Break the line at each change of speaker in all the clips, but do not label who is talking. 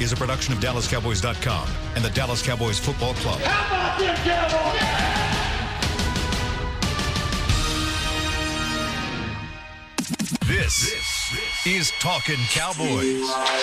is a production of DallasCowboys.com and the Dallas Cowboys Football Club.
How about them
Uh,
Cowboys?
This is Talking Cowboys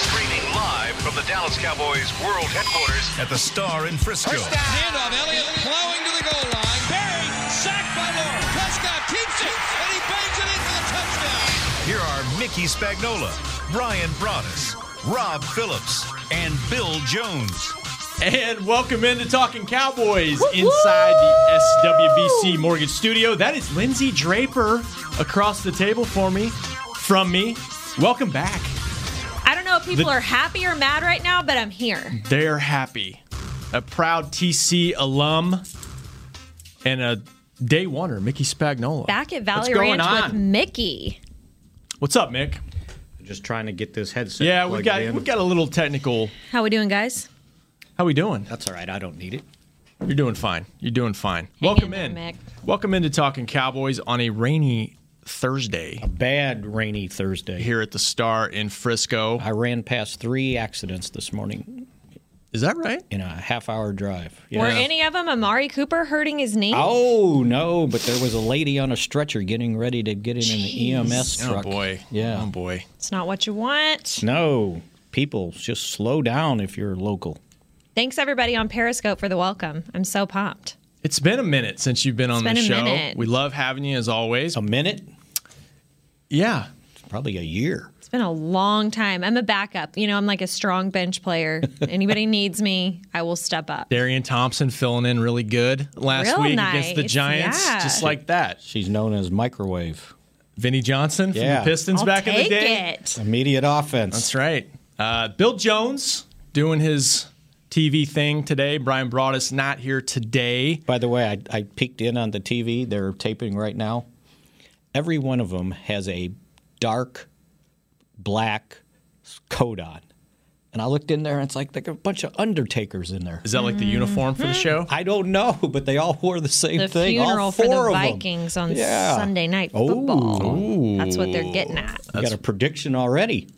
Streaming live from the Dallas Cowboys World Headquarters.
at the Star in Frisco.
First down. Handoff. Elliott plowing to the goal line. Buried. Sacked by Laura. Prescott keeps it. And he bangs it in for the touchdown.
Here are Mickey Spagnola, Brian Broaddus, Rob Phillips, and Bill Jones.
And welcome into Talking Cowboys inside the SWBC Mortgage Studio. That is Lindsey Draper across the table for me, from me. Welcome back.
I don't know if people
The-
are happy or mad right now, but I'm here.
They're happy. A proud TC alum and a day oneer, Mickey Spagnola.
Back at
What's
Valley
going
Ranch with
on?
Mickey.
What's up, Mick?
Just trying to get this headset.
Yeah, we
plugged
got
in.
we got a little technical.
How we doing, guys?
How we doing?
That's all right. I don't need it.
You're doing fine. You're doing fine. Welcome
in
in.
there, Mick.
Welcome into Talking Cowboys on a rainy Thursday.
Bad rainy Thursday.
here at the Star in Frisco.
I ran past three accidents this morning
Is that right?
in a half-hour drive.
Were
Yeah.
any of them Amari Cooper hurting his knee?
Oh no! But there was a lady on a stretcher getting ready to get in an EMS
Oh
truck.
boy.
Yeah.
Oh boy.
It's not what you want.
No, people, just slow down if you're local.
Thanks everybody on Periscope for the welcome. I'm so pumped.
It's been a minute since you've been on
been
the
a
show.
minute.
We love having you as always. Um,
A minute,
yeah.
probably a year.
It's been a long time. I'm a backup. You know, I'm like a strong bench player. Anybody needs me, I will step up.
Darian Thompson filling in really good last
Real
week against the
nice,
Giants,
yeah.
just like that.
She's known as microwave.
Vinny Johnson
Yeah.
from the Pistons
I'll
back
take
in the day.
it.
Immediate offense.
That's right. Uh, Bill Jones doing his TV thing today. Brian Broadus not here today.
By the way, I, I peeked in on the TV. They're taping right now. Every one of them has a dark black coat on. And I looked in there and it's like there are a bunch of undertakers in there.
Is that like the uniform for the
Mm-hmm.
show?
I don't know, but they all wore the same
The
thing. all
funeral for
four
the
of
Vikings on
Yeah.
Sunday night
Ooh.
football. That's what they're getting at.
them. You got a prediction already.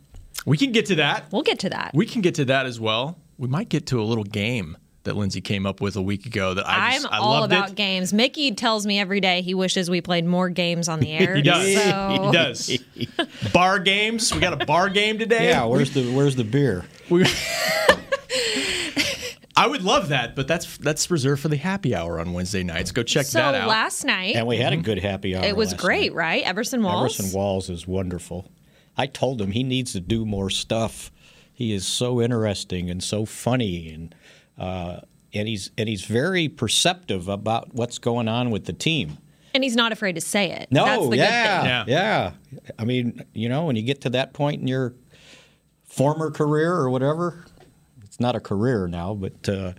We can get to that.
We'll get to that.
We can get to that as well. We might get to a little game that Lindsay came up with a week ago that I
I'm
just, I
all
loved
about
it.
games. Mickey tells me every day he wishes we played more games on the air.
He does.
So
He does. bar games. We got a bar game today.
Yeah, where's the where's the beer?
We- I would love that, but that's that's reserved for the happy hour on Wednesday nights. Go check
So
that out.
last night
And we had a good happy hour.
Mm-hmm. it was
last
great, right? Everson Walls.
Everson Walls is wonderful. I told him he needs to do more stuff. He is so interesting and so funny, and uh, and he's and he's very perceptive about what's going on with the team.
and he's not afraid to say it.
No,
That's the
yeah,
good thing.
Yeah.
yeah, I mean, you know, when you get to that point in your former career or whatever, it's not a career now, but uh,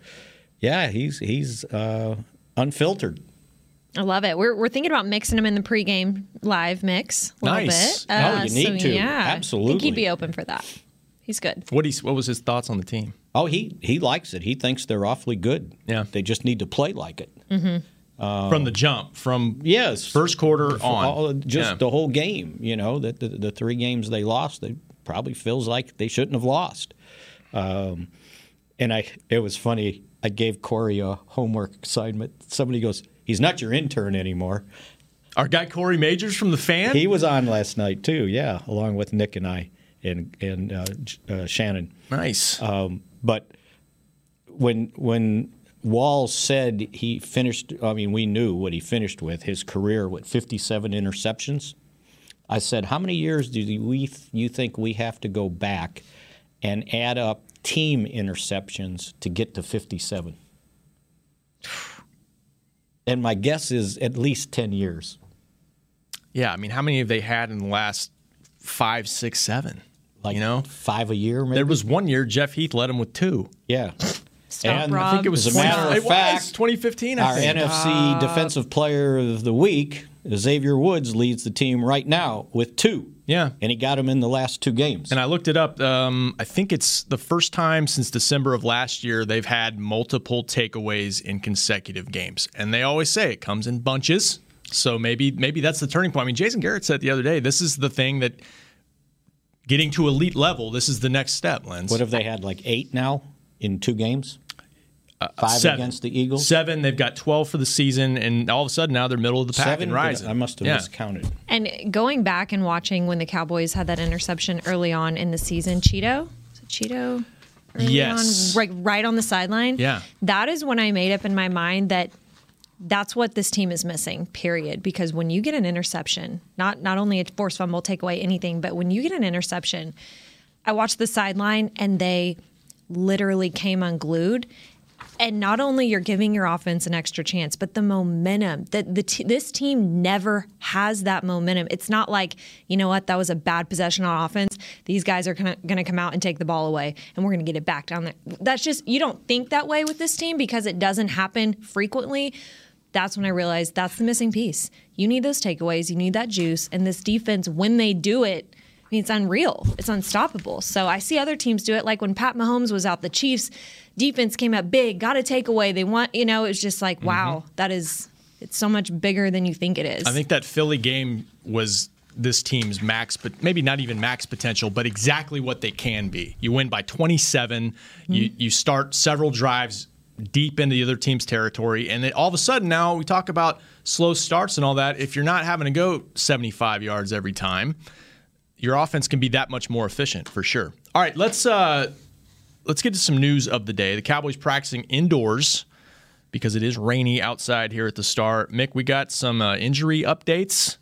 yeah, he's he's uh, unfiltered.
I love it. We're, we're thinking about mixing him in the pregame live mix a little
Nice.
bit. Uh,
Oh,
you
so,
need to.
Yeah. I think
Absolutely.
he'd be open for that. He's good.
what he, what was his thoughts on the team?
Oh, he he likes it. He thinks they're awfully good.
Yeah.
they just need to play like it.
from the jump, from
Yes,
first quarter on,
all, just
Yeah.
the whole game. You know that the, the three games they lost, they probably feels like they shouldn't have lost. Um, and I, it was funny. I gave Corey a homework assignment. Somebody goes, "He's not your intern anymore."
our guy Corey Majors from the fan.
He was on last night too. Yeah, along with Nick and I and and uh, J- uh, Shannon.
nice.
But when when Wall said he finished, I mean, we knew what he finished with his career with 57 interceptions. I said, how many years do we you think we have to go back and add up team interceptions to get to 57? And my guess is at least 10 years.
yeah, I mean, how many have they had in the last five, six, seven? you know,
five a year, maybe.
There was one year Jeff Heath led him with two.
yeah.
Stop,
And I
Rob.
think it was
Stop.
a matter of
it was
fact,
2015. I
Our
think.
NFC Defensive Player of the Week, Xavier Woods, leads the team right now with two.
Yeah.
And he got him in the last two games.
and I looked it up. Um, I think it's the first time since December of last year they've had multiple takeaways in consecutive games, and they always say it comes in bunches. So maybe maybe that's the turning point. I mean, Jason Garrett said the other day, this is the thing that Getting to elite level, this is the next step, Lens.
What have they had like eight now in two games? Five
Uh, Seven.
against the Eagles.
Seven. They've got 12 for the season, and all of a sudden now they're middle of the pack
Seven?
and
Did I-
rising.
I must have
Yeah.
miscounted.
And going back and watching when the Cowboys had that interception early on in the season, Cheeto, is it Cheeto, early
Yes.
on, right, right on the sideline.
Yeah.
that is when I made up in my mind that that's what this team is missing. Period. Because when you get an interception, not not only a forced fumble, take away anything, but when you get an interception, I watched the sideline and they literally came unglued. And not only you're giving your offense an extra chance, but the momentum that the t- this team never has that momentum. It's not like you know what that was a bad possession on offense. These guys are going to come out and take the ball away, and we're going to get it back down there. That's just you don't think that way with this team because it doesn't happen frequently. That's when I realized that's the missing piece. You need those takeaways. You need that juice, and this defense when they do it. I mean, it's unreal. It's unstoppable. So I see other teams do it. Like when Pat Mahomes was out, the Chiefs defense came up big, got a takeaway. They want, you know, it's just
Mm-hmm.
like, wow, that is, it's so much bigger than you think it is.
I think that Philly game was this team's max, but maybe not even max potential, but exactly what they can be. You win by 27. You you start several drives deep into the other team's territory, and then all of a sudden now we talk about slow starts and all that. If you're not having to go 75 yards every time, your offense can be that much more efficient for sure. All right, let's uh, let's get to some news of the day. The Cowboys practicing indoors because it is rainy outside here at the Star. Mick, we got some uh, injury updates.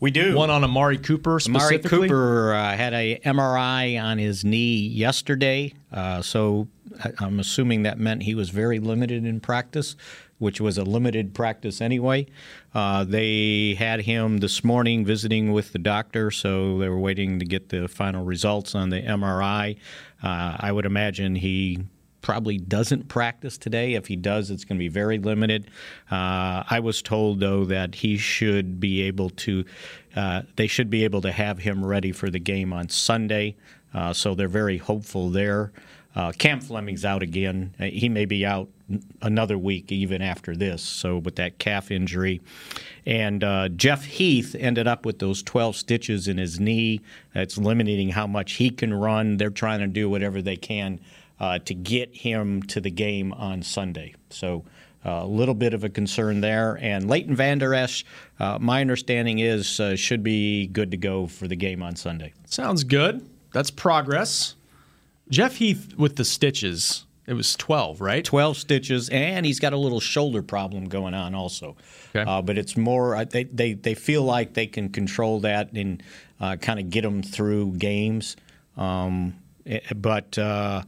We do.
One on Amari Cooper
Mari
specifically.
Cooper uh, had a MRI on his knee yesterday, uh, so I- I'm assuming that meant he was very limited in practice, which was a limited practice anyway. Uh, they had him this morning visiting with the doctor, so they were waiting to get the final results on the MRI. Uh, I would imagine he probably doesn't practice today. If he does, it's going to be very limited. Uh, I was told though that he should be able to. Uh, they should be able to have him ready for the game on Sunday. Uh, so they're very hopeful there. Uh, Cam Fleming's out again. Uh, He may be out n- another week even after this. So with that calf injury, and uh, Jeff Heath ended up with those 12 stitches in his knee. That's limiting how much he can run. They're trying to do whatever they can uh, to get him to the game on Sunday. So uh, a little bit of a concern there. And Leighton Vander Esch, uh, my understanding is, uh, should be good to go for the game on Sunday.
Sounds good. That's progress. Jeff Heath with the stitches. It was 12, right?
12 stitches, and he's got a little shoulder problem going on also.
Okay.
Uh, but it's more, I- they, they, they feel like they can control that and uh, kind of get him through games. Um, eh, but uh,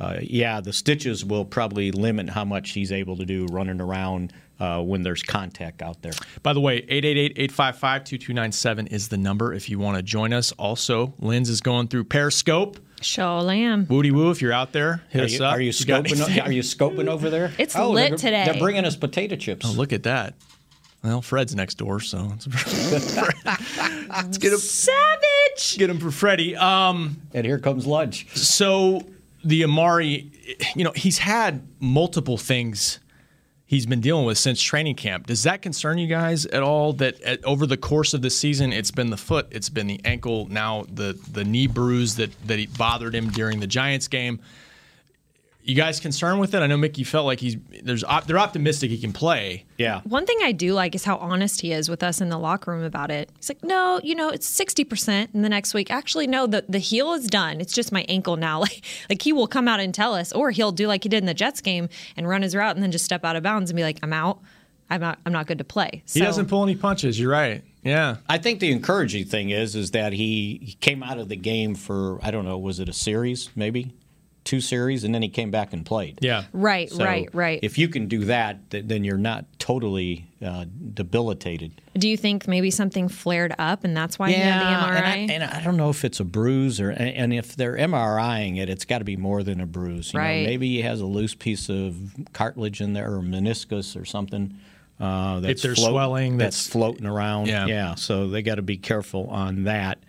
uh, yeah, the stitches will probably limit how much he's able to do running around uh, when there's contact out there.
By the way, 888-855-2297 is the number if you want to join us. Also, Linz is going through Periscope.
Sure, Lamb.
Woody Woo, if you're out there, hit
Are
us
you,
up.
are you
got
scoping?
anything?
are you scoping over there?
It's
Oh,
lit
they're,
today.
They're bringing us potato chips.
Oh, Look at that. Well, Fred's next door, so it's let's get him,
Savage.
get him for Freddie. Um,
and here comes lunch.
So the Amari, you know, he's had multiple things he's been dealing with since training camp. Does that concern you guys at all? That at, over the course of the season, it's been the foot, it's been the ankle, now the the knee bruise that that he bothered him during the Giants game. You guys concerned with it? I know Mickey felt like he's there's op, they're optimistic he can play.
Yeah.
One thing I do like is how honest he is with us in the locker room about it. He's like, no, you know, it's 60% in the next week. Actually, no, the, the heel is done. It's just my ankle now. Like, like he will come out and tell us, or he'll do like he did in the Jets game and run his route and then just step out of bounds and be like, I'm out. I'm not, I'm not good to play.
He
So-
doesn't pull any punches. You're right. Yeah.
I think the encouraging thing is is that he, he came out of the game for I don't know was it a series maybe two series and then he came back and played.
Yeah.
Right,
So
right, right.
If you can do that, th- then you're not totally uh, debilitated.
Do you think maybe something flared up and that's why he had the MRI?
and I, and I don't know if it's a bruise or and- and if they're MRIing it, it's got to be more than a bruise. You know,
Right.
maybe he has a loose piece of cartilage in there or meniscus or something. Uh, that's
there's
float-
swelling,
that's,
that's-
floating around.
Yeah.
yeah. So they got to be careful on that.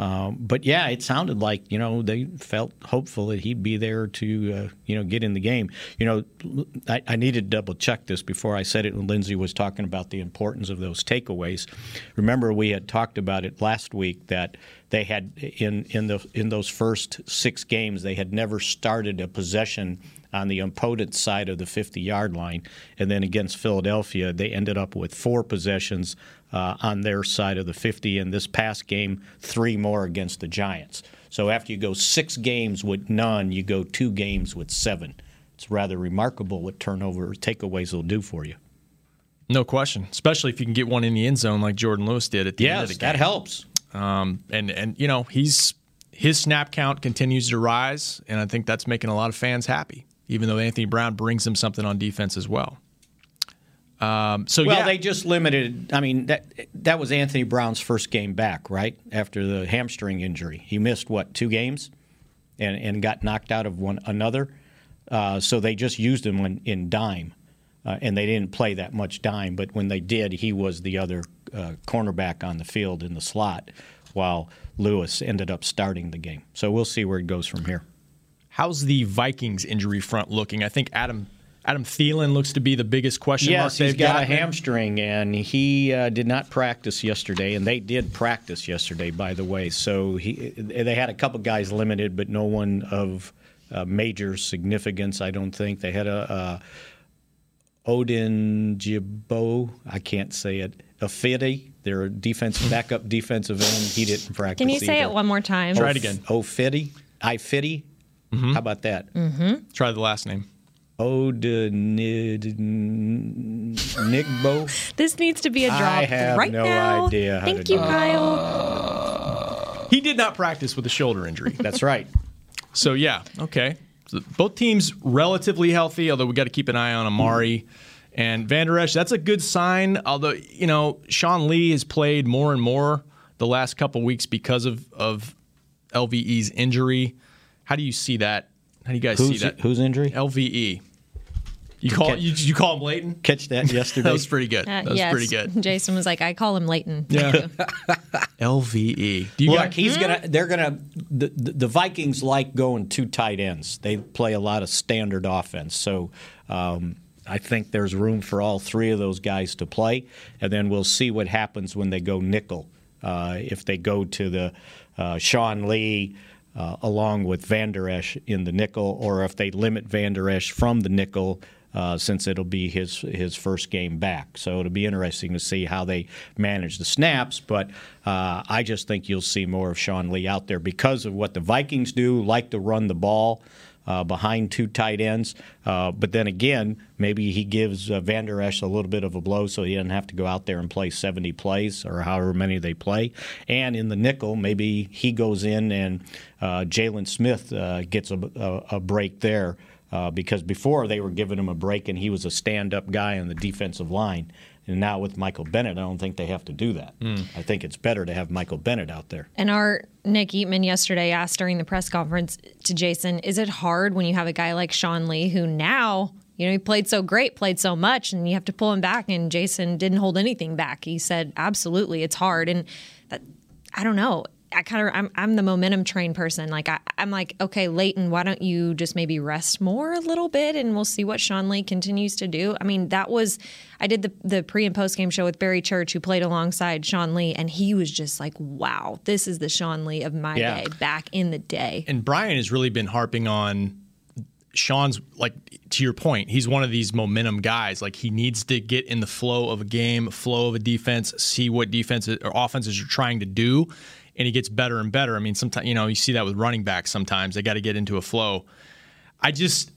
Um, but yeah, it sounded like you know they felt hopeful that he'd be there to uh, you know get in the game. You know, l- I, I needed to double check this before I said it when Lindsay was talking about the importance of those takeaways. Remember, we had talked about it last week that they had in in the in those first six games they had never started a possession on the opponent's side of the 50 yard line, and then against Philadelphia they ended up with four possessions uh, on their side of the 50. In this past game, three more against the Giants. So after you go six games with none, you go two games with seven. It's rather remarkable what turnover takeaways will do for you.
No question, especially if you can get one in the end zone like Jordan Lewis did at the end of the
Yes,
game.
that helps.
Um, and and you know he's his snap count continues to rise, and I think that's making a lot of fans happy. Even though Anthony Brown brings them something on defense as well. Um, so
Well,
yeah,
they just limited. I mean, that that was Anthony Brown's first game back, right after the hamstring injury. He missed what two games, and and got knocked out of one another. Uh, so they just used him in, in dime, uh, and they didn't play that much dime. But when they did, he was the other uh, cornerback on the field in the slot, while Lewis ended up starting the game. So we'll see where it goes from here.
how's the Vikings injury front looking? I think Adam Adam Thielen looks to be the biggest question mark.
Yes, he's
they've
got a
gotten.
hamstring, and he uh, did not practice yesterday. And they did practice yesterday, by the way. So he, they had a couple guys limited, but no one of uh, major significance, I don't think. They had a. Uh, Odin Jibo, I can't say it. Afidi, their defense backup defensive end, he didn't practice.
Can you say
either.
it one more time?
Try it again. Mm-hmm.
Ofidi, Ifidi. How about that?
Mm.
Try the last name.
Odin Nigbo.
This needs to be a drop
I have
right
no
now.
idea how to
Thank
do
you,
that.
Kyle. Uh,
He did not practice with a shoulder injury.
That's right.
So yeah, okay. So both teams relatively healthy, although we got to keep an eye on Amari and Van Der Esch. That's a good sign. Although you know Sean Lee has played more and more the last couple weeks because of of LVE's injury. How do you see that? How do you guys see
Who's,
that?
who's injury?
LVE? You call
Catch-
you, you call him Leighton?
Catch that yesterday.
That was pretty good.
Uh,
That was
yes.
pretty good.
Jason was like, I call him Leighton.
Yeah. LVE. E. Do you
Look,
got-
he's gonna. They're gonna. The, the, the Vikings like going two tight ends. They play a lot of standard offense, so um, I think there's room for all three of those guys to play. And then we'll see what happens when they go nickel. Uh, if they go to the uh, Sean Lee. Uh, along with Van Der Esch in the nickel, or if they limit Van Der Esch from the nickel, uh, since it'll be his his first game back. So it'll be interesting to see how they manage the snaps. But uh, I just think you'll see more of Sean Lee out there because of what the Vikings do, like to run the ball. Uh, behind two tight ends, uh, but then again, maybe he gives uh, Van Der Esch a little bit of a blow, so he doesn't have to go out there and play 70 plays or however many they play. And in the nickel, maybe he goes in and uh, Jalen Smith uh, gets a, a, a break there uh, because before they were giving him a break and he was a stand up guy on the defensive line. And now with Michael Bennett, I don't think they have to do that.
Hmm.
I think it's better to have Michael Bennett out there.
And our Nick Eatman yesterday asked during the press conference to Jason, is it hard when you have a guy like Sean Lee who now, you know, he played so great, played so much, and you have to pull him back? And Jason didn't hold anything back. He said, absolutely, it's hard. And that, I don't know. I kind of, I'm, I'm the momentum train person. Like, I, I'm like, okay, Leighton, why don't you just maybe rest more a little bit and we'll see what Sean Lee continues to do? I mean, that was, I did the, the pre and post game show with Barry Church, who played alongside Sean Lee, and he was just like, wow, this is the Sean Lee of my
Yeah.
day back in the day.
and Brian has really been harping on Sean's like to your point, he's one of these momentum guys. Like he needs to get in the flow of a game, flow of a defense, see what defenses or offenses you're trying to do, and he gets better and better. I mean, sometimes you know you see that with running backs. Sometimes they got to get into a flow. I just,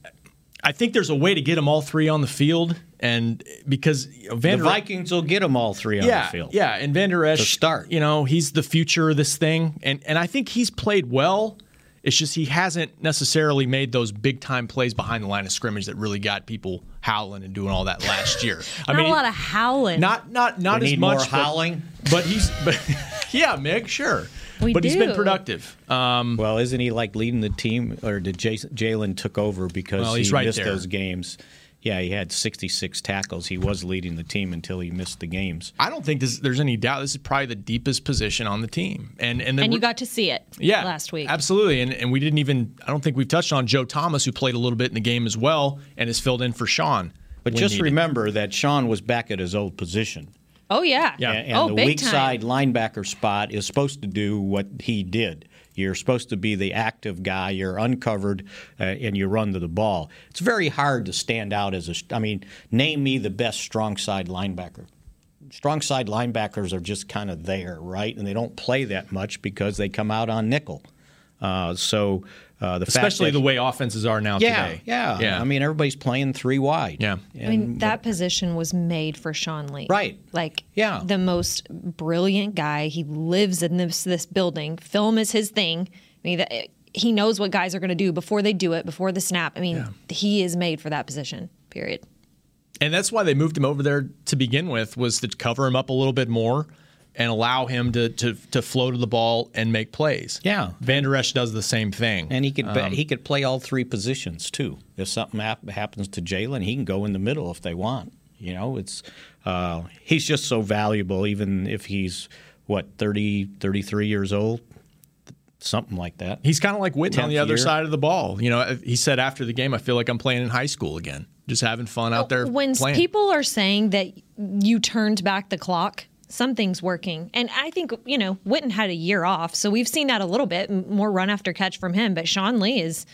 I think there's a way to get them all three on the field, and because you know, Van
The
Der-
Vikings will get them all three on
yeah,
the field.
Yeah, and Van Der Esch,
To start.
you know, he's the future of this thing, and and I think he's played well. It's just he hasn't necessarily made those big time plays behind the line of scrimmage that really got people howling and doing all that last year. I
Not
mean,
a lot of howling.
not not not
We
as
need
much
more
but-
howling.
but, he's but yeah, Meg, sure.
We
but he's been
do.
productive. Um,
Well, isn't he like leading the team, or did Jason, Jalen took over because
Well, he's
he
right
missed
there.
those games? Yeah, he had 66 tackles. He was leading the team until he missed the games.
I don't think this, there's any doubt. This is probably the deepest position on the team, and and then
And you
we're-
got to see it
yeah,
last week.
absolutely. And and we didn't even I don't think we've touched on Joe Thomas, who played a little bit in the game as well, and has filled in for Sean.
But
when
just
needed.
remember that Sean was back at his old position.
Oh, yeah.
Yeah.
And, and
oh,
the
big
weak
time.
side linebacker spot is supposed to do what he did. You're supposed to be the active guy. You're uncovered, uh, and you run to the ball. It's very hard to stand out as a. I mean, name me the best strong side linebacker. Strong side linebackers are just kind of there, right? And they don't play that much because they come out on nickel. Uh, so uh, the fact
especially
that-
the way offenses are now
yeah,
today.
yeah,
yeah.
I mean, everybody's playing three wide.
Yeah.
I mean, that position was made for Sean Lee.
Right.
Like,
Yeah.
the most brilliant guy. He lives in this this building. Film is his thing. I mean, that, he knows what guys are going to do before they do it, before the snap. I mean, he is made for that position. Period.
and that's why they moved him over there to begin with was to cover him up a little bit more and allow him to to to flow to the ball and make plays.
Yeah.
Van Der Esch does the same thing.
And he could he could play all three positions too. If something hap- happens to Jalen, he can go in the middle if they want. You know, it's uh, he's just so valuable, even if he's what 30, 33 years old, something like that.
He's kind of like Witten on the
Tenth
other
year.
side of the ball. You know, he said after the game, I feel like I'm playing in high school again, just having fun out there
when
playing.
people are saying that you turned back the clock something's working and i think you know witten had a year off so we've seen that a little bit m- more run after catch from him but sean lee is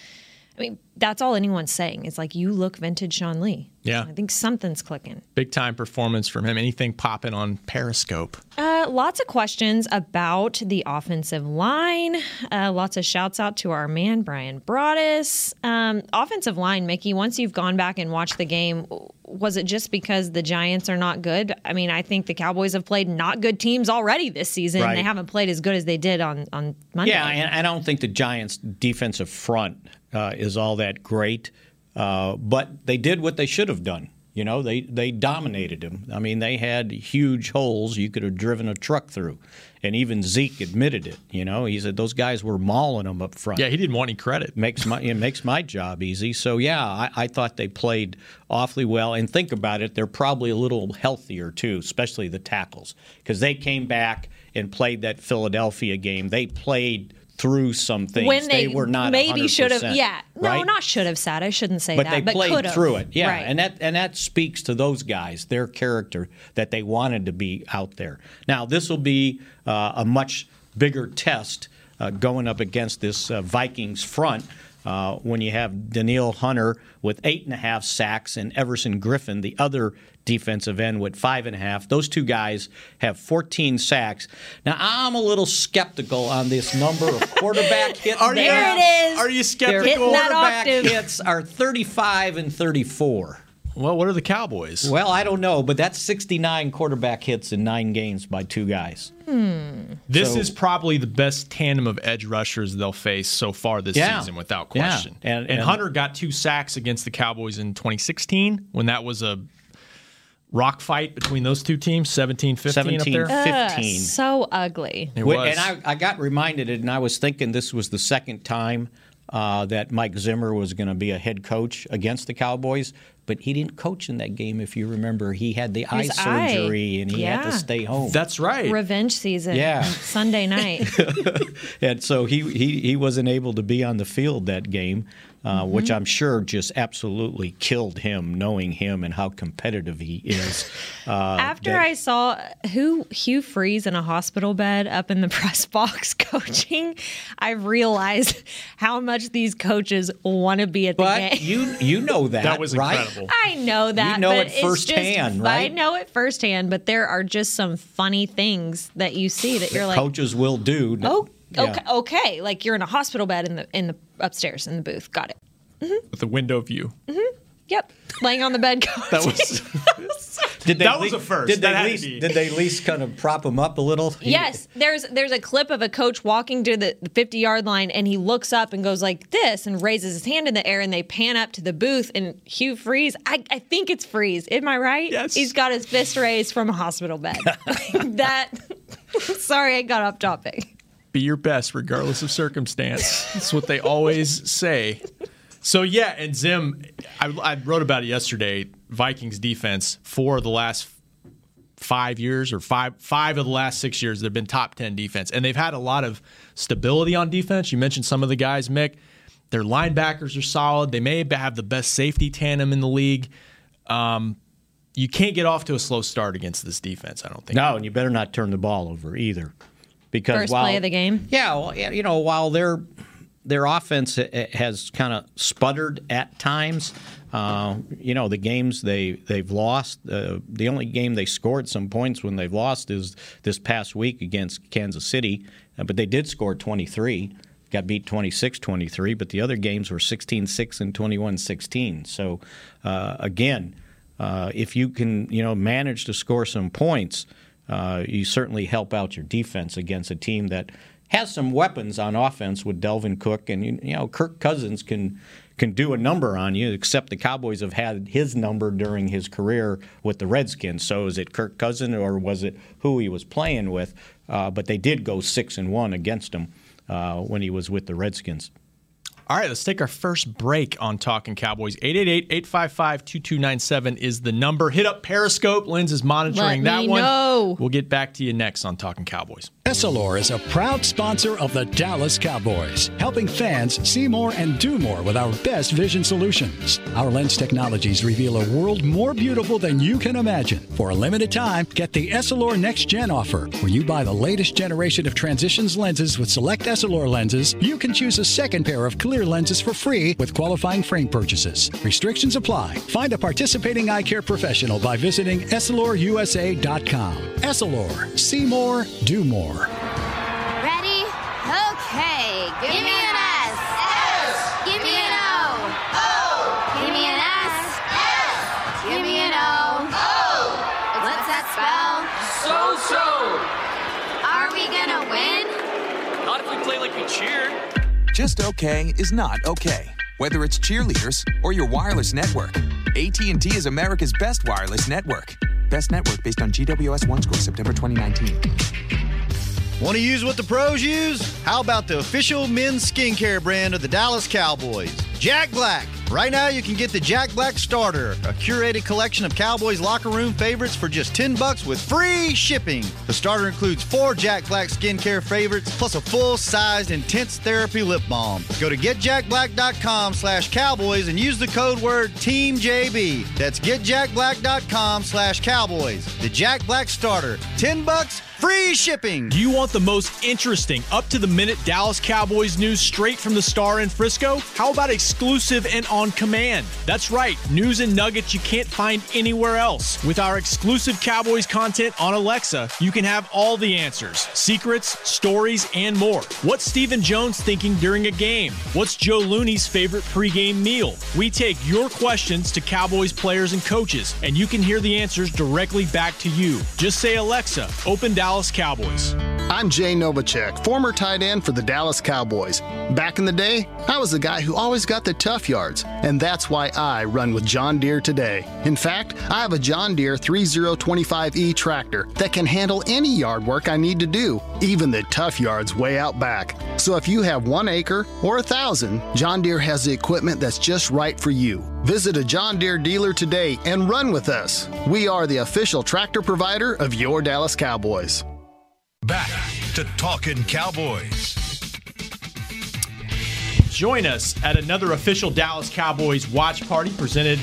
i mean that's all anyone's saying it's like you look vintage sean lee
Yeah.
i think something's clicking
Big time performance from him. Anything popping on Periscope?
uh, lots of questions about the offensive line uh, lots of shouts out to our man brian broaddus um, offensive line mickey once you've gone back and watched the game was it just because the giants are not good i mean i think the cowboys have played not good teams already this season
Right.
they haven't played as good as they did on, on monday
Yeah, and I don't think the Giants' defensive front uh, is all that great, uh, but they did what they should have done. You know, they they dominated him. I mean, they had huge holes you could have driven a truck through, and even Zeke admitted it. You know, he said those guys were mauling him up front.
Yeah, he didn't want any credit.
Makes my it makes my job easy. So yeah, I, I thought they played awfully well. And think about it, they're probably a little healthier too, especially the tackles, because they came back and played that Philadelphia game. They played through some things.
when they,
were not
maybe should have
100%,
yeah no
right?
not should have said i shouldn't say
But
that
they
but
played
could have
through it, yeah,
right.
and that and that speaks to those guys, their character that they wanted to be out there. Now this will be uh, a much bigger test uh, going up against this uh, Vikings front uh, when you have Daniil Hunter with eight and a half sacks and Everson Griffin, the other defensive end, with five and a half. Those two guys have 14 sacks. Now I'm a little skeptical on this number of quarterback hits.
Are you-
there
now.
it is
Are you
Their
skeptical?
Hitting that
quarterback
octave.
hits are 35 and 34.
Well, what are the Cowboys?
Well, I don't know, but that's 69 quarterback hits in nine games by two guys.
Hmm. This
So-
is probably the best tandem of edge rushers they'll face so far this
Yeah.
season, without
Yeah.
question.
And-
And,
and-
Hunter got two sacks against the Cowboys in 2016 when that was a rock fight between those two teams, 17 15 up
17,
there.
15.
so ugly
It
Wait,
was.
And I, I got reminded, and I was thinking this was the second time uh, that Mike Zimmer was going to be a head coach against the Cowboys, but he didn't coach in that game, if you remember. He had the eye
His eye.
surgery and he had to
Yeah.
stay home.
That's right.
revenge season
Yeah.
sunday night
and so he, he, he wasn't able to be on the field that game, uh,
Mm-hmm.
which I'm sure just absolutely killed him, knowing him and how competitive he is. Uh,
After
that-
I saw who Hugh Freeze in a hospital bed up in the press box coaching, I realized how much these coaches want to be at the
but
game.
you you know that
that was
right?
incredible.
I know that.
know
but
it
it's just-
firsthand, right?
I know it firsthand, but there are just some funny things that you see that you're like,
Coaches will do.
oh,
Yeah.
okay, okay, like you're in a hospital bed in the in the upstairs in the booth. Got it.
With the window view.
Yep, laying on the bed. Coaching.
That was.
Did they
That was
lea-
a first.
Did they,
That had to
least,
be.
did they at least kind of prop him up a little?
Yes, there's there's a clip of a coach walking to the 50 yard line, and he looks up and goes like this, and raises his hand in the air, and they pan up to the booth, and Hugh Freeze, I, I think it's Freeze, am I right?
Yes.
He's got his fist raised from a hospital bed. that. Sorry, I got off topic.
be your best regardless of circumstance. That's what they always say. So yeah, and Zim, I, I wrote about it yesterday. Vikings defense for the last five years or five five of the last six years, they've been top ten defense, and they've had a lot of stability on defense. You mentioned some of the guys, Mick. Their linebackers are solid. They may have the best safety tandem in the league. Um, you can't get off to a slow start against this defense. I don't think.
No, and you better not turn the ball over either, because
First
while,
play of the game.
Yeah, well, yeah, you know, while their their offense ha- has kind of sputtered at times, uh, you know, the games they they've lost, uh, the only game they scored some points when they've lost is this past week against Kansas City, uh, but they did score 23. Got beat 26 23, but the other games were 16 6 and 21 16. So, uh, again, uh, if you can, you know, manage to score some points, uh, you certainly help out your defense against a team that has some weapons on offense with Delvin Cook and you, you know Kirk Cousins can can do a number on you. Except the Cowboys have had his number during his career with the Redskins. So is it Kirk Cousins or was it who he was playing with? Uh, but they did go six and one against him uh, when he was with the Redskins.
All right, let's take our first break on Talking Cowboys. 888-855-2297 is the number. Hit up Periscope. Linz is monitoring
Let
that
me
one.
know.
We'll get back to you next on Talking Cowboys.
Essilor is a proud sponsor of the Dallas Cowboys, helping fans see more and do more with our best vision solutions. Our lens technologies reveal a world more beautiful than you can imagine. For a limited time, get the Essilor Next Gen offer, where you buy the latest generation of transitions lenses with select Essilor lenses. You can choose a second pair of clear lenses for free with qualifying frame purchases. Restrictions apply. Find a participating eye care professional by visiting EssilorUSA.com. Essilor, see more, do more.
Ready? Okay. Give, me an S. S. Give me an O. O. Give me an S. S. Give me an O. O. What's that spell?
So so.
Are we gonna win?
Not if we play like we cheer.
Just okay is not okay. Whether it's cheerleaders or your wireless network, AT&T is America's best wireless network. Best network based on GWS One score September 2019.
Want to use what the pros use? How about the official men's skincare brand of the Dallas Cowboys, Jack Black? Right now, you can get the Jack Black Starter, a curated collection of Cowboys locker room favorites for just 10 bucks with free shipping. The starter includes four Jack Black skincare favorites plus a full-sized intense therapy lip balm. Go to getjackblack.com slash cowboys and use the code word TEAMJB. That's getjackblack.com slash cowboys. The Jack Black Starter, 10 bucks, free
Mm.
shipping.
Do you want the most interesting, up to the minute Dallas Cowboys news straight from the star in Frisco? How about exclusive and on command? That's right, news and nuggets you can't find anywhere else. With our exclusive Cowboys content on Alexa, you can have all the answers secrets, stories, and more. What's Stephen Jones thinking during a game? What's Joe Looney's favorite pregame meal? We take your questions to Cowboys players and coaches, and you can hear the answers directly back to you. Just say, Alexa, open Dallas Cowboys.
I'm Jay Novacek, former tight end for the Dallas Cowboys. Back in the day, I was the guy who always got the tough yards, and that's why I run with John Deere today. In fact, I have a John Deere 3025E E tractor that can handle any yard work I need to do, even the tough yards way out back. So if you have one acre or a thousand, John Deere has the equipment that's just right for you. Visit a John Deere dealer today and run with us. We are the official tractor provider of your Dallas Cowboys.
Back to Talking Cowboys.
Join us at another official Dallas Cowboys watch party presented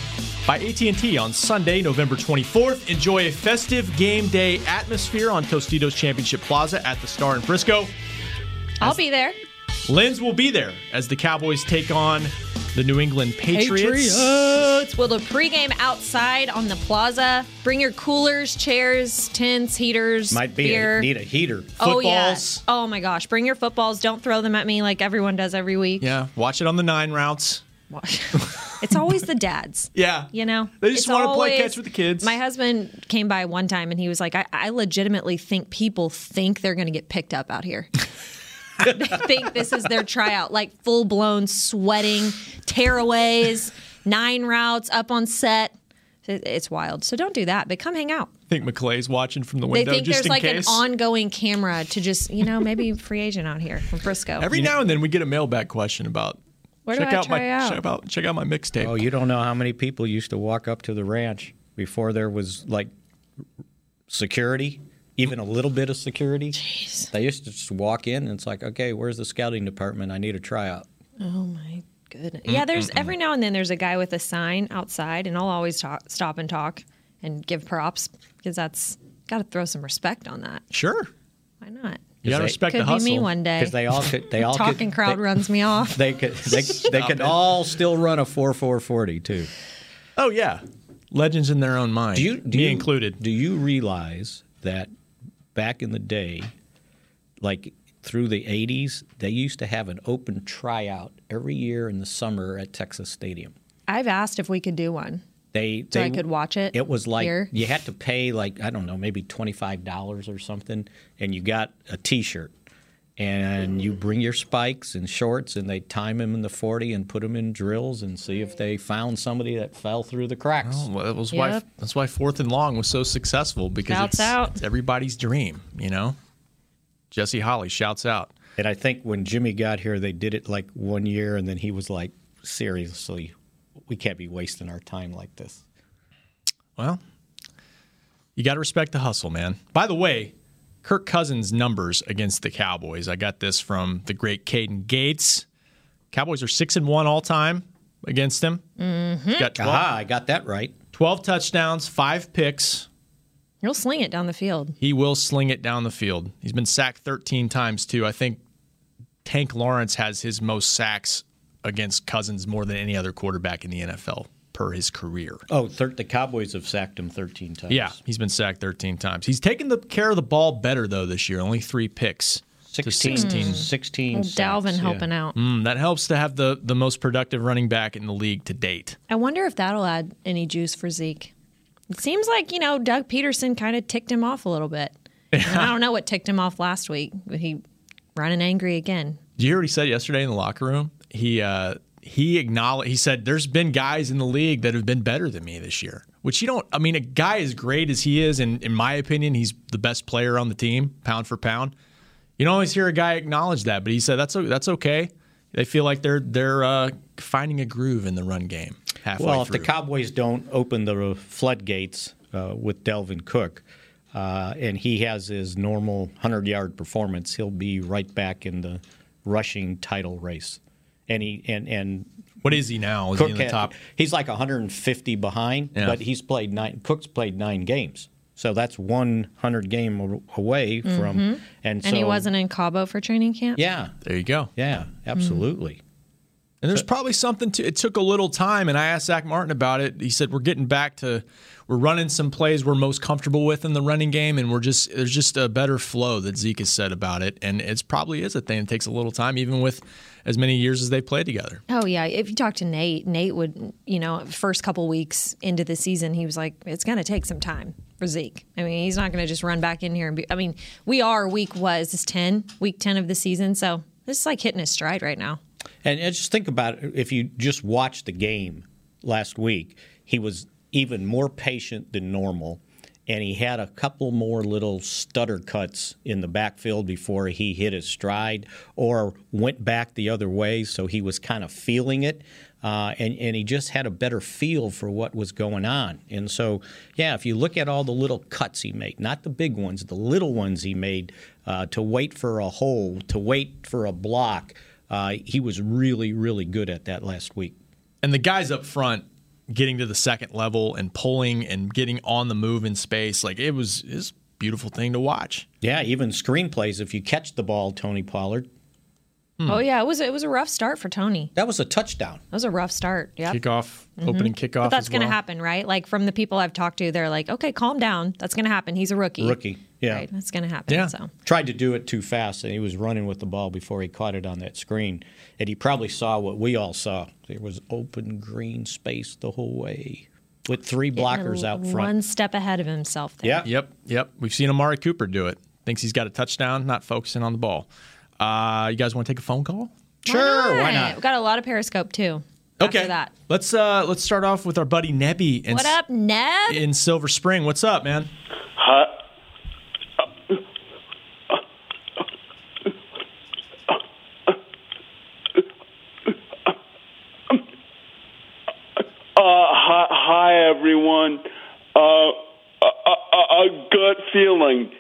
by AT&T on Sunday, November 24th. Enjoy a festive game day atmosphere on Tostitos Championship Plaza at the Star in Frisco.
I'll be there.
Lens will be there as the Cowboys take on the New England Patriots.
Patriots. We'll do a pregame outside on the plaza. Bring your coolers, chairs, tents, heaters,
Might be
beer.
need a heater.
Oh yeah.
Footballs.
Oh my gosh. Bring your footballs. Don't throw them at me like everyone does every week.
Yeah, watch it on the nine routes.
It's always the dads.
Yeah.
You know?
They just
It's
wanna play
always-
catch with the kids.
My husband came by one time and he was like, I, I legitimately think people think they're going to get picked up out here. they think this is their tryout, like full blown sweating, tearaways, nine routes up on set. It- It's wild. So don't do that, but come hang out.
I think McClay's watching from the
They
window
think
just
there's
in
like
case.
an ongoing camera to just, you know, maybe free agent out here from Frisco.
Every now and then we get a mailbag question about
Where
check
do I
out
try
my
out?
check out check out my mixtape.
Oh, you don't know how many people used to walk up to the ranch before there was like security, even a little bit of security. Jeez. They used to just walk in and it's like, okay, where's the scouting department? I need a tryout.
Oh my goodness.
Mm,
Yeah, there's every now and then there's a guy with a sign outside, and I'll always talk, stop and talk and give props because that's got to throw some respect on that.
Sure.
Why not?
You gotta respect
could
the
be me
hustle.
one day.
'Cause they all could- they all could-
talking crowd
they-
runs me off.
They could they, they could all still run a four four forty too.
Oh yeah, legends in their own mind.
Do you, do
me
you-
included?
Do you realize that back in the day, like through the '80s, they used to have an open tryout every year in the summer at Texas Stadium.
I've asked if we could do one.
They,
So
they
I could watch it
It was like
here?
you had to pay like I don't know maybe twenty five dollars or something, and you got a T shirt, and you bring your spikes and shorts, and they time them in the forty and put them in drills and see if they found somebody that fell through the cracks.
Oh, well, that was why
Yep.
that's why fourth and long was so successful because
Shouts
it's,
out.
it's everybody's dream, you know. Jesse Holly shouts out.
And I think when Jimmy got here, they did it like one year, and then he was like, seriously, we can't be wasting our time like this.
Well, you got to respect the hustle, man. By the way, Kirk Cousins' numbers against the Cowboys. I got this from the great Caden Gates. Cowboys are six and one all time against him. Mm-hmm. Got 12,
Aha, I got that right.
12 touchdowns, five picks.
You'll sling it down the field.
He will sling it down the field. He's been sacked 13 times too. I think Tank Lawrence has his most sacks against Cousins more than any other quarterback in the NFL per his career.
Oh, thir- the Cowboys have sacked him 13 times.
Yeah, he's been sacked 13 times. He's taken the care of the ball better though this year. Only three picks.
16.
To 16.
16
Well, Dalvin
sacks, yeah.
helping out.
Mm, that helps to have the the most productive running back in the league to date.
I wonder if that'll add any juice for Zeke. It seems like, you know, Doug Peterson kind of ticked him off a little bit. And I don't know what ticked him off last week, but he running angry again.
Do you hear what he said yesterday in the locker room? He uh, he acknowledged. He said, "There's been guys in the league that have been better than me this year." Which you don't. I mean, a guy as great as he is, and in my opinion, he's the best player on the team, pound for pound. You don't always hear a guy acknowledge that, but he said that's o- that's okay. They feel like they're they're uh, finding a groove in the run game halfway
Well, if
through.
the Cowboys don't open the floodgates uh, with Delvin Cook, uh, and he has his normal 100 yard performance, he'll be right back in the rushing title race. And he and and
what is he now? Is he in the
had-
top?
He's like 150 behind,
Yeah.
but he's played nine. Cook's played nine games, so that's 100 game a- away from. And, so,
Mm-hmm. And he wasn't Mm. in Cabo for training camp.
Yeah,
There you go.
yeah, absolutely.
And there's probably something to it took a little time and I asked Zach Martin about it. He said we're getting back to we're running some plays we're most comfortable with in the running game and we're just there's just a better flow that Zeke has said about it and it's probably is a thing. It takes a little time even with as many years as they played together.
Oh yeah. If you talk to Nate, Nate would, you know, first couple weeks into the season, he was like, "It's going to take some time for Zeke." I mean, he's not going to just run back in here and be. I mean, we are week was this ten, week ten of the season, so this is like hitting his stride right now.
And, and just think about it, if you just watch the game last week, he was even more patient than normal. And he had a couple more little stutter cuts in the backfield before he hit his stride or went back the other way. So he was kind of feeling it. Uh, and, and he just had a better feel for what was going on. And so, yeah, if you look at all the little cuts he made, not the big ones, the little ones he made uh, to wait for a hole, to wait for a block, uh, he was really, really good at that last week.
And the guys up front getting to the second level and pulling and getting on the move in space like it was is beautiful thing to watch.
Yeah, even screenplays. If you catch the ball, Tony Pollard, Hmm.
Oh yeah, it was it was a rough start for Tony.
that was a touchdown.
That was a rough start. Yeah.
Kickoff, opening kickoff.
Mm-hmm. But that's
as
going to
well.
happen, right? Like from the people I've talked to, they're like, "Okay, calm down. That's going to happen. He's a rookie.
Rookie, yeah.
right? That's going to happen."
Yeah.
So
Tried to do it too fast, and he was running with the ball before he caught it on that screen. And he probably saw what we all saw. There was open green space the whole way with three blockers
Getting a-
out front.
one step ahead of himself. There.
Yeah.
Yep, yep. We've seen Amari Cooper do it. Thinks he's got a touchdown, not focusing on the ball. Uh, you guys want to take a phone call?
Sure, why
Right.
not?
We've got a lot of Periscope too. after that.
Let's uh, let's start off with our buddy Nebby in,
What up, Neb?
in Silver Spring. What's up, man?
on uh, a, a, a gut feeling.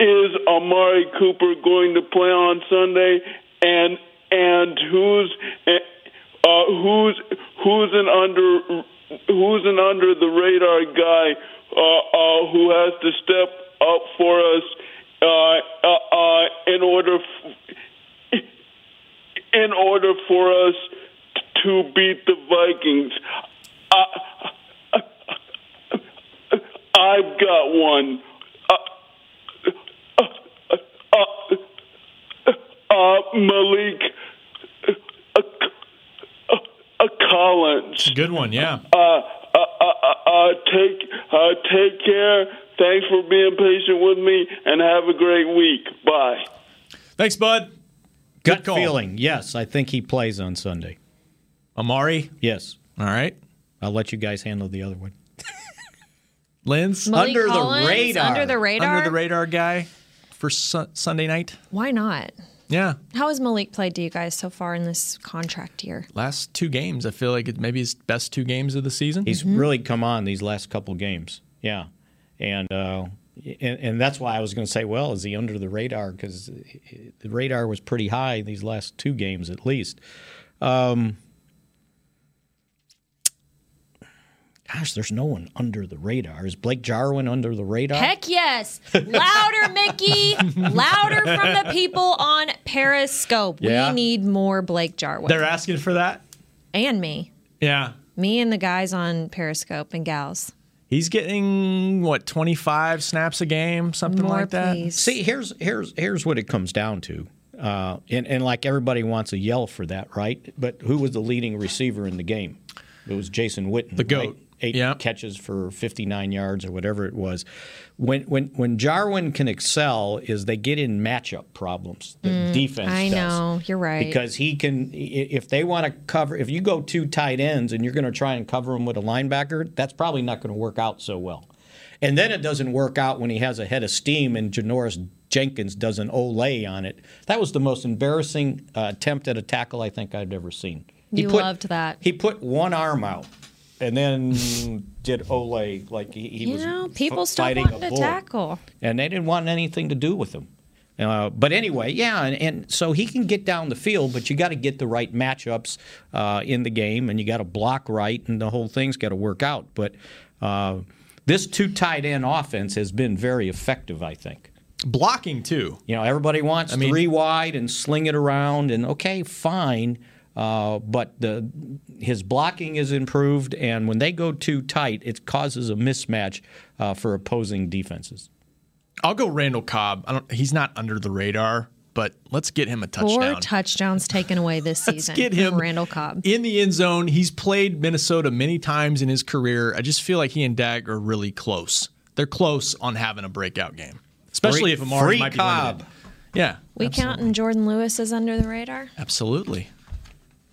Is Amari Cooper going to play on Sunday? And and who's uh, who's who's an under who's an under the radar guy uh, uh, who has to step up for us uh, uh, uh, in order f- in order for us to beat the Vikings. I, I've got one. Uh, uh, uh, uh, Malik uh, Collins. It's
a good one, yeah.
Uh, uh, uh, uh, take uh, take care. Thanks for being patient with me, and have a great week. Bye.
Thanks, bud. Good
Gut
call.
feeling. Yes, I think he plays on Sunday.
Amari?
Yes.
All right.
I'll let you guys handle the other one.
Lens?
Malik Collins, Under the radar.
Under the radar guy for su- Sunday night?
Why not?
Yeah.
How has Malik played to you guys so far in this contract year?
Last two games, I feel like it maybe his best two games of the season.
He's really come on these last couple games. Yeah, and uh, and, and that's why I was going to say, well, is he under the radar? Because the radar was pretty high these last two games, at least. Um, gosh, there's no one under the radar. Is Blake Jarwin under the radar?
Heck yes. Louder, Mickey. Louder from the people on Periscope.
Yeah.
We need more Blake Jarwin.
They're asking for that?
and me.
Yeah.
Me and the guys on Periscope and gals.
He's getting what 25 snaps a game, something
More,
like that.
please.
See, here's here's here's what it comes down to, uh, and and like everybody wants a yell for that, right? But who was the leading receiver in the game? It was Jason Witten, the
goat.
Eight catches for 59 yards or whatever it was. When when when Jarwin can excel is they get in matchup problems. The defense.
Mm, I
does.
know. You're right.
Because he can, i- if they want to cover, if you go two tight ends and you're going to try and cover him with a linebacker, that's probably not going to work out so well. And then it doesn't work out when he has a head of steam and Janoris Jenkins does an ole on it. That was the most embarrassing uh, attempt at a tackle I think I've ever seen.
You
put-
loved that.
He put one arm out and then did ole like he, he
you
was
know,
f-
people still
fighting
wanting
a
to
bull
tackle.
and they didn't want anything to do with him. Uh, but anyway, yeah, and, and so he can get down the field, but you got to get the right matchups uh, in the game, and you got to block right, and the whole thing's got to work out. But uh, this two tight end offense has been very effective, I think.
Blocking too.
You know, everybody wants
I mean-
three wide and sling it around, and okay, fine. Uh, but the his blocking is improved, and when they go too tight, it causes a mismatch uh, for opposing defenses.
I'll go Randall Cobb. I don't he's not under the radar, but let's get him a touchdown.
Four touchdowns taken away this season.
get him-
from Randall Cobb.
in the end zone, he's played Minnesota many times in his career. I just feel like he and Dak are really close. They're close on having a breakout game, especially if
Free-
Amari
free
might
Cobb.
be limited. Yeah,
We counting Jordan Lewis as under the radar?
absolutely.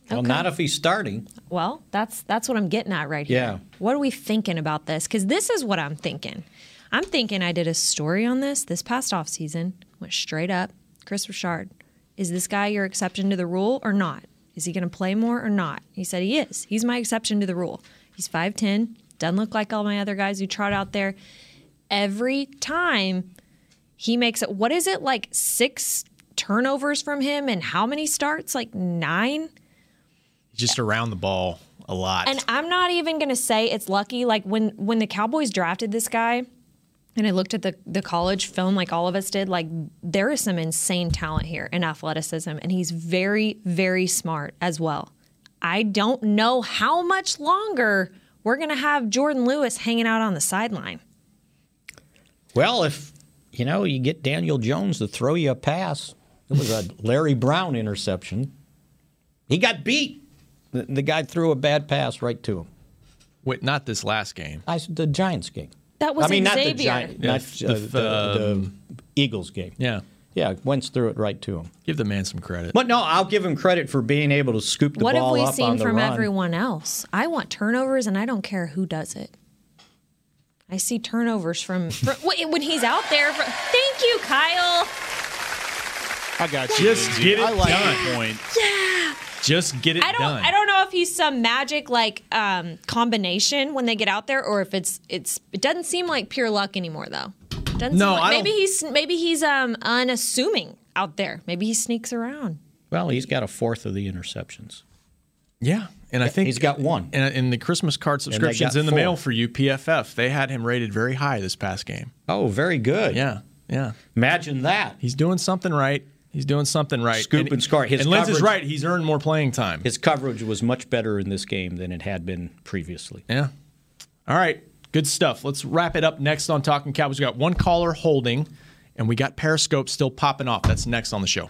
Well, not if he's starting.
Well, that's that's what I'm getting at right here.
Yeah.
What are we thinking about this? Because this is what I'm thinking. I'm thinking I did a story on this this past off season. Went straight up. Chris Richard, is this guy your exception to the rule or not? Is he going to play more or not? He said he is. He's my exception to the rule. He's 5'10, doesn't look like all my other guys who trot out there. Every time he makes it, what is it, like six turnovers from him and how many starts? Like nine?
He's just around the ball a lot.
And I'm not even gonna say it's lucky. Like when when the Cowboys drafted this guy, and I looked at the the college film, like all of us did. Like there is some insane talent here and athleticism, and he's very very smart as well. I don't know how much longer we're gonna have Jordan Lewis hanging out on the sideline.
Well, if you know you get Daniel Jones to throw you a pass, it was a Larry Brown interception. He got beat. The, the guy threw a bad pass right to him.
Wait, not this last game.
I said the Giants game.
That was
I mean, not the
Xavier.
Giants,
Yeah,
not
f-
uh,
the f- um,
the, the Eagles game.
Yeah,
Yeah, Wentz threw it right to him.
give the man some credit.
But Oh, no, I'll give him credit for being able to scoop the
What have
ball
we
up
seen
on the
from
run.
everyone else? I want turnovers, and I don't care who does it. I see turnovers from, from when he's out there. For, thank you, Kyle.
I got
Just get it
I like
done.
that point.
Just get it
I don't.
done.
I don't know if he's some magic like um, combination when they get out there, or if it's it's. It doesn't seem like pure luck anymore, though. Doesn't
No,
seem like-
I don't-
maybe he's maybe he's um unassuming out there. Maybe he sneaks around.
Well, he's got a fourth of the interceptions.
Yeah, and I think he's
got one.
And, uh, and the Christmas card
they
subscriptions
got
in the
four.
mail for you, PFF. They had him rated very high this past game.
Oh, very good.
Yeah, yeah.
Imagine that.
He's doing something right. He's doing something right.
Scoop and, score. His
and Liz is
coverage-
right. He's earned more playing time.
His coverage was much better in this game than it had been previously.
Yeah. All right. Good stuff. Let's wrap it up next on Talking Cowboys. We got one caller holding, and we got Periscope still popping off. That's next on the show.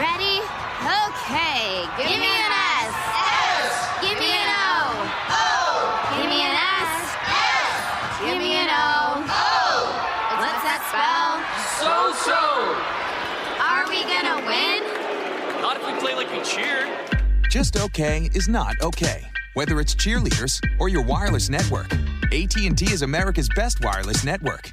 Ready? Okay. Give, me an S. S. Give me an O. O. Give me an S. S. Give me an O. O. What's that spell?
So so.
Are we gonna win?
Not if we play like we cheer.
Just okay is not okay. Whether it's cheerleaders or your wireless network, AT&T is America's best wireless network.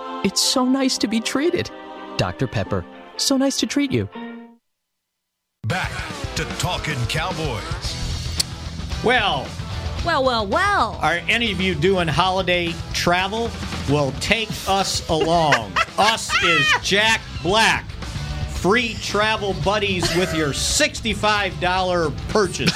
it's so nice to be treated. Dr. Pepper, so nice to treat you.
Back to Talking Cowboys.
Well,
Well, well, well.
are any of you doing holiday travel? Well, take us along. us is Jack Black. Free travel buddies with your $65 purchase.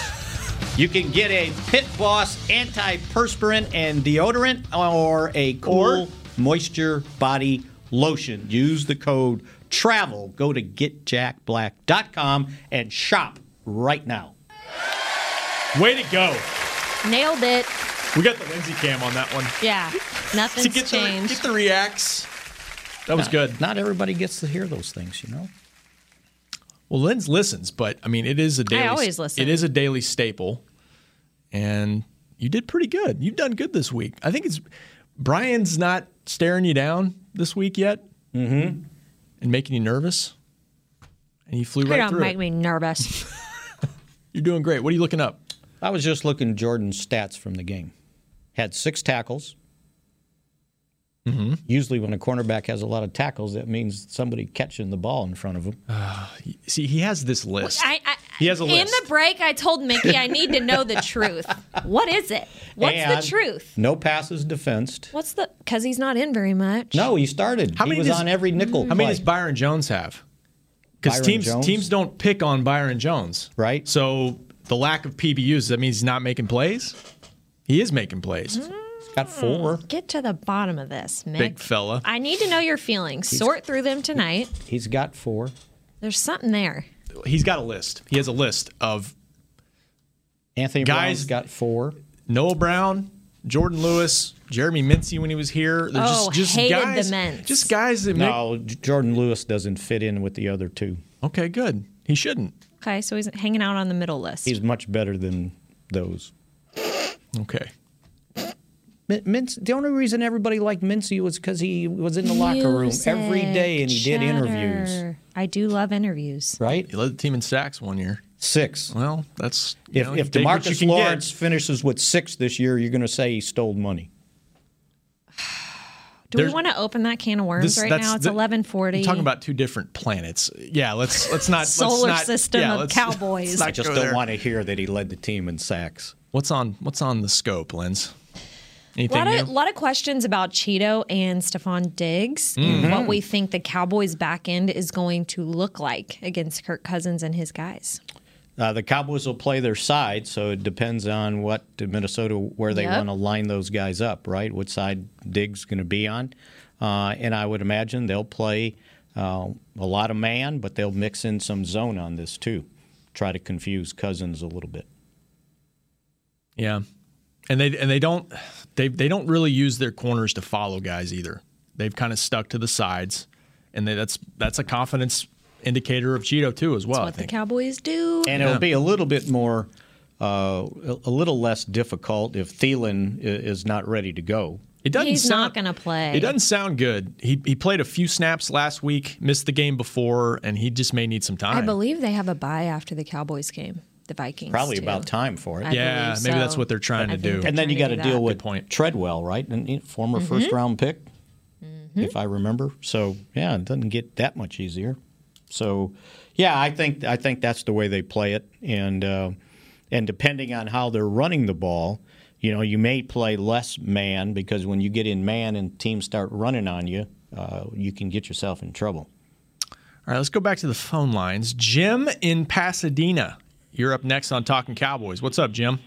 You can get a Pit Boss antiperspirant and deodorant or a cool moisture body lotion. Use the code TRAVEL. Go to getjackblack.com and shop right now.
Way to go.
Nailed it.
We got the Lindsay cam on that one.
Yeah. Nothing's
To get the-
changed.
get the reacts. That was
Not-
good.
Not everybody gets to hear those things, you know?
Well, Linz listens, but I mean, it is a daily.
always listen.
It is a daily staple, and you did pretty good. You've done good this week. I think it's Brian's not staring you down this week yet, mm-hmm. and making you nervous. And you flew
You
right
don't
through
make
it.
me nervous.
You're doing great. What are you looking up?
I was just looking Jordan's stats from the game. Had six tackles.
Mm-hmm.
Usually, when a cornerback has a lot of tackles, that means somebody catching the ball in front of him.
See, he has this list.
I, I,
He has a
In
list.
the break, I told Mickey I need to know the truth. What is it? What's
And
the truth?
No passes defensed.
What's the? Because he's not in very much.
No, he started.
How
he
many
was
does-
on every nickel.
How many
play.
does Byron Jones have? Because
Byron
teams
Jones?
teams don't pick on Byron Jones,
right?
So the lack of PBUs that means he's not making plays. He is making plays.
Mm-hmm.
Got four.
Get to the bottom of this, Mick.
Big fella.
I need to know your feelings. Sort through them tonight.
He's got four.
There's something there.
He's got a list. He has a list of
Anthony
Guys-
Brown's got four.
Noah Brown, Jordan Lewis, Jeremy Mincy when he was here. They're
Oh,
just, just
hated the
guys,
Mints.
Just guys that make.
No, J- Jordan Lewis doesn't fit in with the other two.
Okay, good. He shouldn't.
Okay, so he's hanging out on the middle list.
He's much better than those.
Okay.
Min- Mince, the only reason everybody liked Mincy was because he was in the locker room every
Music,
day and he did interviews.
chatter. I do love interviews.
Right?
He led the team in sacks one year.
Six.
Well, that's you
if
know,
if
you take what you
Demarcus
can get.
Lawrence finishes with six this year, you're going to say he stole money.
Do we
There's-
want to open that can of worms
This-
right
that's
now? It's
the-
eleven forty.
You're talking about two different planets. Yeah, let's let's not
Solar
let's not,
system
yeah,
of
let's-
cowboys.
let's
I
not
just
go
don't
there.
want to hear that he led the team in sacks.
What's on What's on the scope, Lens?
a
Anything
lot of,
new?
lot of questions about Cheeto and Stephon Diggs
Mhm.
and what we think the Cowboys' back end is going to look like against Kirk Cousins and his guys.
Uh, the Cowboys will play their side, so it depends on what Minnesota where they
Yep.
want to line those guys up, right? What side Diggs going to be on, uh, and I would imagine they'll play uh, a lot of man, but they'll mix in some zone on this too, try to confuse Cousins a little bit.
Yeah, and they and they don't they they don't really use their corners to follow guys either. They've kind of stuck to the sides, and they, that's that's a confidence indicator of Cheeto too as well. I
what the
think.
Cowboys do.
And it'll be a little bit more, uh, a a little less difficult if Thielen i- is not ready to go.
It doesn't
He's
sound,
not going to play.
It doesn't sound good. He he played a few snaps last week, missed the game before, and he just may need some time.
I believe they have a bye after the Cowboys game. The Vikings
Probably
do.
about time for it.
I
yeah,
believe
maybe
so.
that's what they're trying to do.
And then you got to
do
deal
that.
with Treadwell, right? And you know, former
Mhm.
first round pick, if I remember. So yeah, it doesn't get that much easier. So yeah, I think I think that's the way they play it, and uh, and depending on how they're running the ball, you know, you may play less man because when you get in man and teams start running on you, uh, you can get yourself in trouble.
All right, let's go back to the phone lines. Jim in Pasadena, you're up next on Talking Cowboys. What's up, Jim?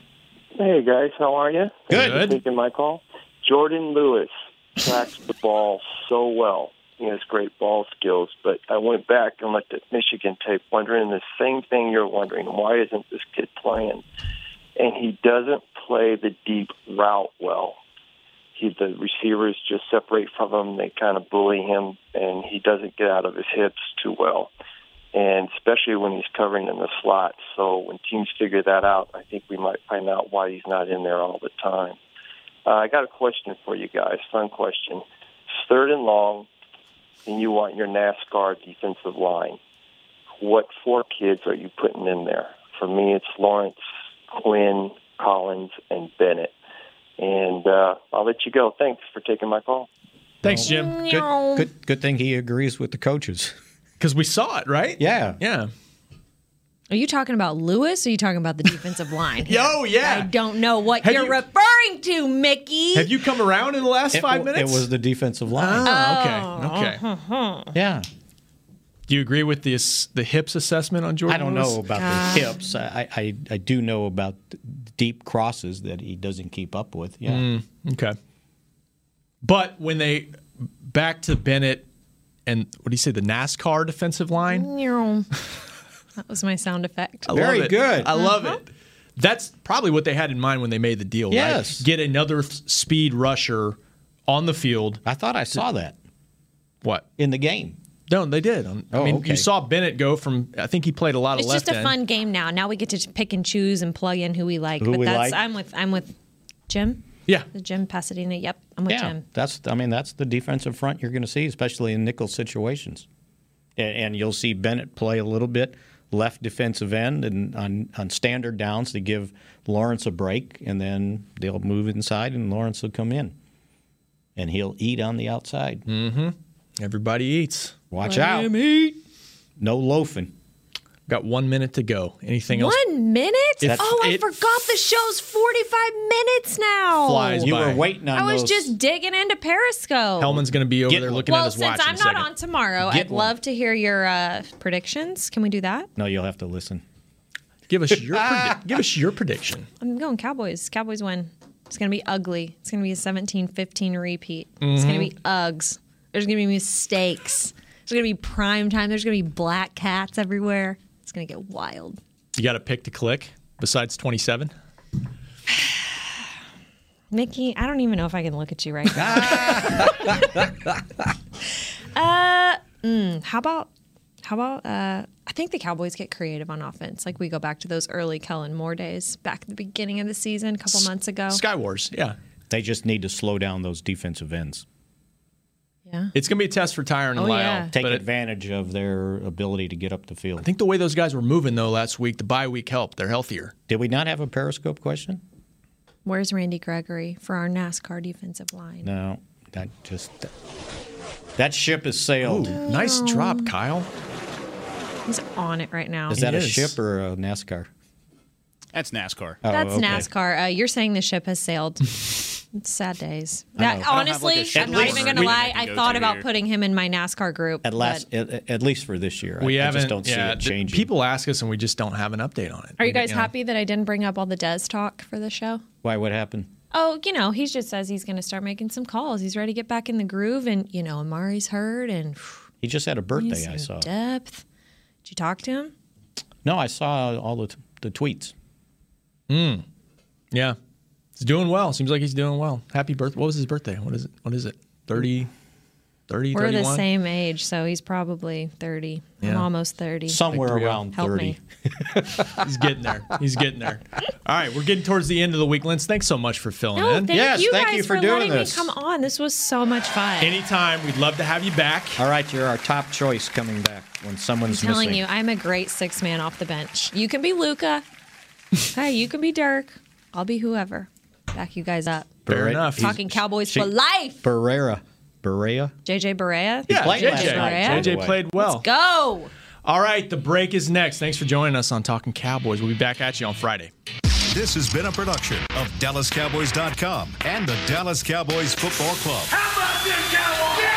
Hey guys, how are you?
Good.
Thanks for Taking my call. Jordan Lewis tracks the ball so well. He has great ball skills, but I went back and looked at Michigan tape, wondering the same thing you're wondering: why isn't this kid playing? And he doesn't play the deep route well. He, the receivers just separate from him; they kind of bully him, and he doesn't get out of his hips too well. And especially when he's covering in the slot. So when teams figure that out, I think we might find out why he's not in there all the time. Uh, I got a question for you guys. Fun question. It's third and long, and you want your NASCAR defensive line. What four kids are you putting in there? For me, it's Lawrence, Quinn, Collins, and Bennett. And uh, I'll let you go. Thanks for taking my call.
Thanks, Jim.
Good, good, good thing he agrees with the coaches.
Because we saw it, right?
Yeah.
Yeah.
Are you talking about Lewis? Or are you talking about the defensive line? here?
Yo, yeah.
I don't know what
Have
you're
you-
referring to, Mickey.
Have you come around in the last
It
five
w-
minutes?
It was the defensive line.
Oh, okay. Okay.
Yeah.
Do you agree with this the hips assessment on Jordan?
I don't
Lewis?
know about the hips. I, I I do know about the deep crosses that he doesn't keep up with. Yeah.
Mm, okay. But when they back to Bennett and what do you say the NASCAR defensive line?
That was my sound effect.
I love it. I love
Uh-huh.
it. That's probably what they had in mind when they made the deal.
Yes.
Right? Get another th- speed rusher on the field.
I thought I saw that.
What
in the game?
No, they did. Um, I
Oh,
mean,
okay.
you saw Bennett go from. I think he played a lot of
It's
left
just a
end.
fun game now. Now we get to pick and choose and plug in who we like.
Who
but
we
like.
that's I'm with I'm with Jim.
Yeah.
Jim Pasadena. Yep. I'm with
yeah.
Jim.
That's I mean that's the defensive front you're going to see, especially in nickel situations, and, and you'll see Bennett play a little bit left defensive end and on, on standard downs to give Lawrence a break, and then they'll move inside and Lawrence will come in, and he'll eat on the outside.
Mm-hmm. Everybody eats.
Watch
Let
out.
him eat.
No loafing.
Got one minute to go. Anything else?
One minute?
That's-
oh, I
it-
forgot the show's 45 minutes now.
Flies You by. were waiting on
I was
those-
just digging into Periscope.
Hellman's going to be over there looking
well,
at his
since
watch. in
I'm
a
not
second.
on tomorrow,
Get
I'd
one.
love to hear your uh, predictions. Can we do that?
No, you'll have to listen.
Give us your predi- give us your prediction.
I'm going Cowboys. Cowboys win. It's going to be ugly. It's going to be a 17 15 repeat. It's going to
Mhm.
be Uggs. There's going to be mistakes. There's going to be prime time. There's going to be black cats everywhere. It's going to get wild.
You got a pick to click besides 27?
Mickey, I don't even know if I can look at you right now. uh, mm, how about how about uh, I think the Cowboys get creative on offense. Like we go back to those early Kellen Moore days back at the beginning of the season, a Oh. couple months ago.
Wars, yeah.
They just need to slow down those defensive ends.
Yeah.
It's going to be a test for Tyron
Oh,
and Lyle.
yeah.
Take
but it-
advantage of their ability to get up the field.
I think the way those guys were moving though last week, the bye week helped. They're healthier.
Did we not have a Periscope question?
Where's Randy Gregory for our NASCAR defensive line?
No, that just that ship has sailed.
Ooh, nice drop,
Kyle.
He's on it right now.
Is that a ship or a NASCAR?
That's NASCAR.
Oh,
That's
okay.
NASCAR. Uh, you're saying the ship has sailed. It's sad days.
I
That,
know. I don't have, like, a
honestly,
ship
I'm not
list.
even going to
We-
lie.
I can
I
go
thought
to
about
here.
putting him in my NASCAR group.
At last, at, at least for this year,
We
I, I
haven't.
just don't
yeah,
see it
th-
changing.
people ask us, and we just don't have an update on it.
But are you guys
know?
happy that I didn't bring up all the Des talk for the show?
Why? What happened?
Oh, you know, he just says he's going to start making some calls. He's ready to get back in the groove, and you know, Amari's hurt, and
He just had a birthday.
he's
I
in
saw.
depth. Did you talk to him?
No, I saw all the t- the tweets.
Mm. Yeah, he's doing well. Seems like he's doing well. Happy birthday. What was his birthday? What is it? What is it? 30, 30,
We're
31?
the same age, so he's probably thirty. I'm
Yeah.
almost thirty.
Somewhere Like three around
Help Me.
He's getting there. He's getting there. All right, we're getting towards the end of the week, Lance. Thanks so much for filling
No,
in.
Oh, thank you guys for, letting me come on. This was so much fun.
Anytime, we'd love to have you back.
All right, you're our top choice coming back when someone's
I'm telling
missing.
you, I'm a great six man off the bench. You can be Luca. hey, you can be Dirk. I'll be whoever. Back you guys up.
Fair enough.
Talking Cowboys
she-
for life.
Barrera, Barrera.
JJ Barea.
He Yeah, played JJ. last night,
Barea?
by the
JJ
way.
played well.
Let's go.
All right, the break is next. Thanks for joining us on Talking Cowboys. We'll be back at you on Friday.
This has been a production of DallasCowboys.com and the Dallas Cowboys Football Club.
How about this, Cowboys?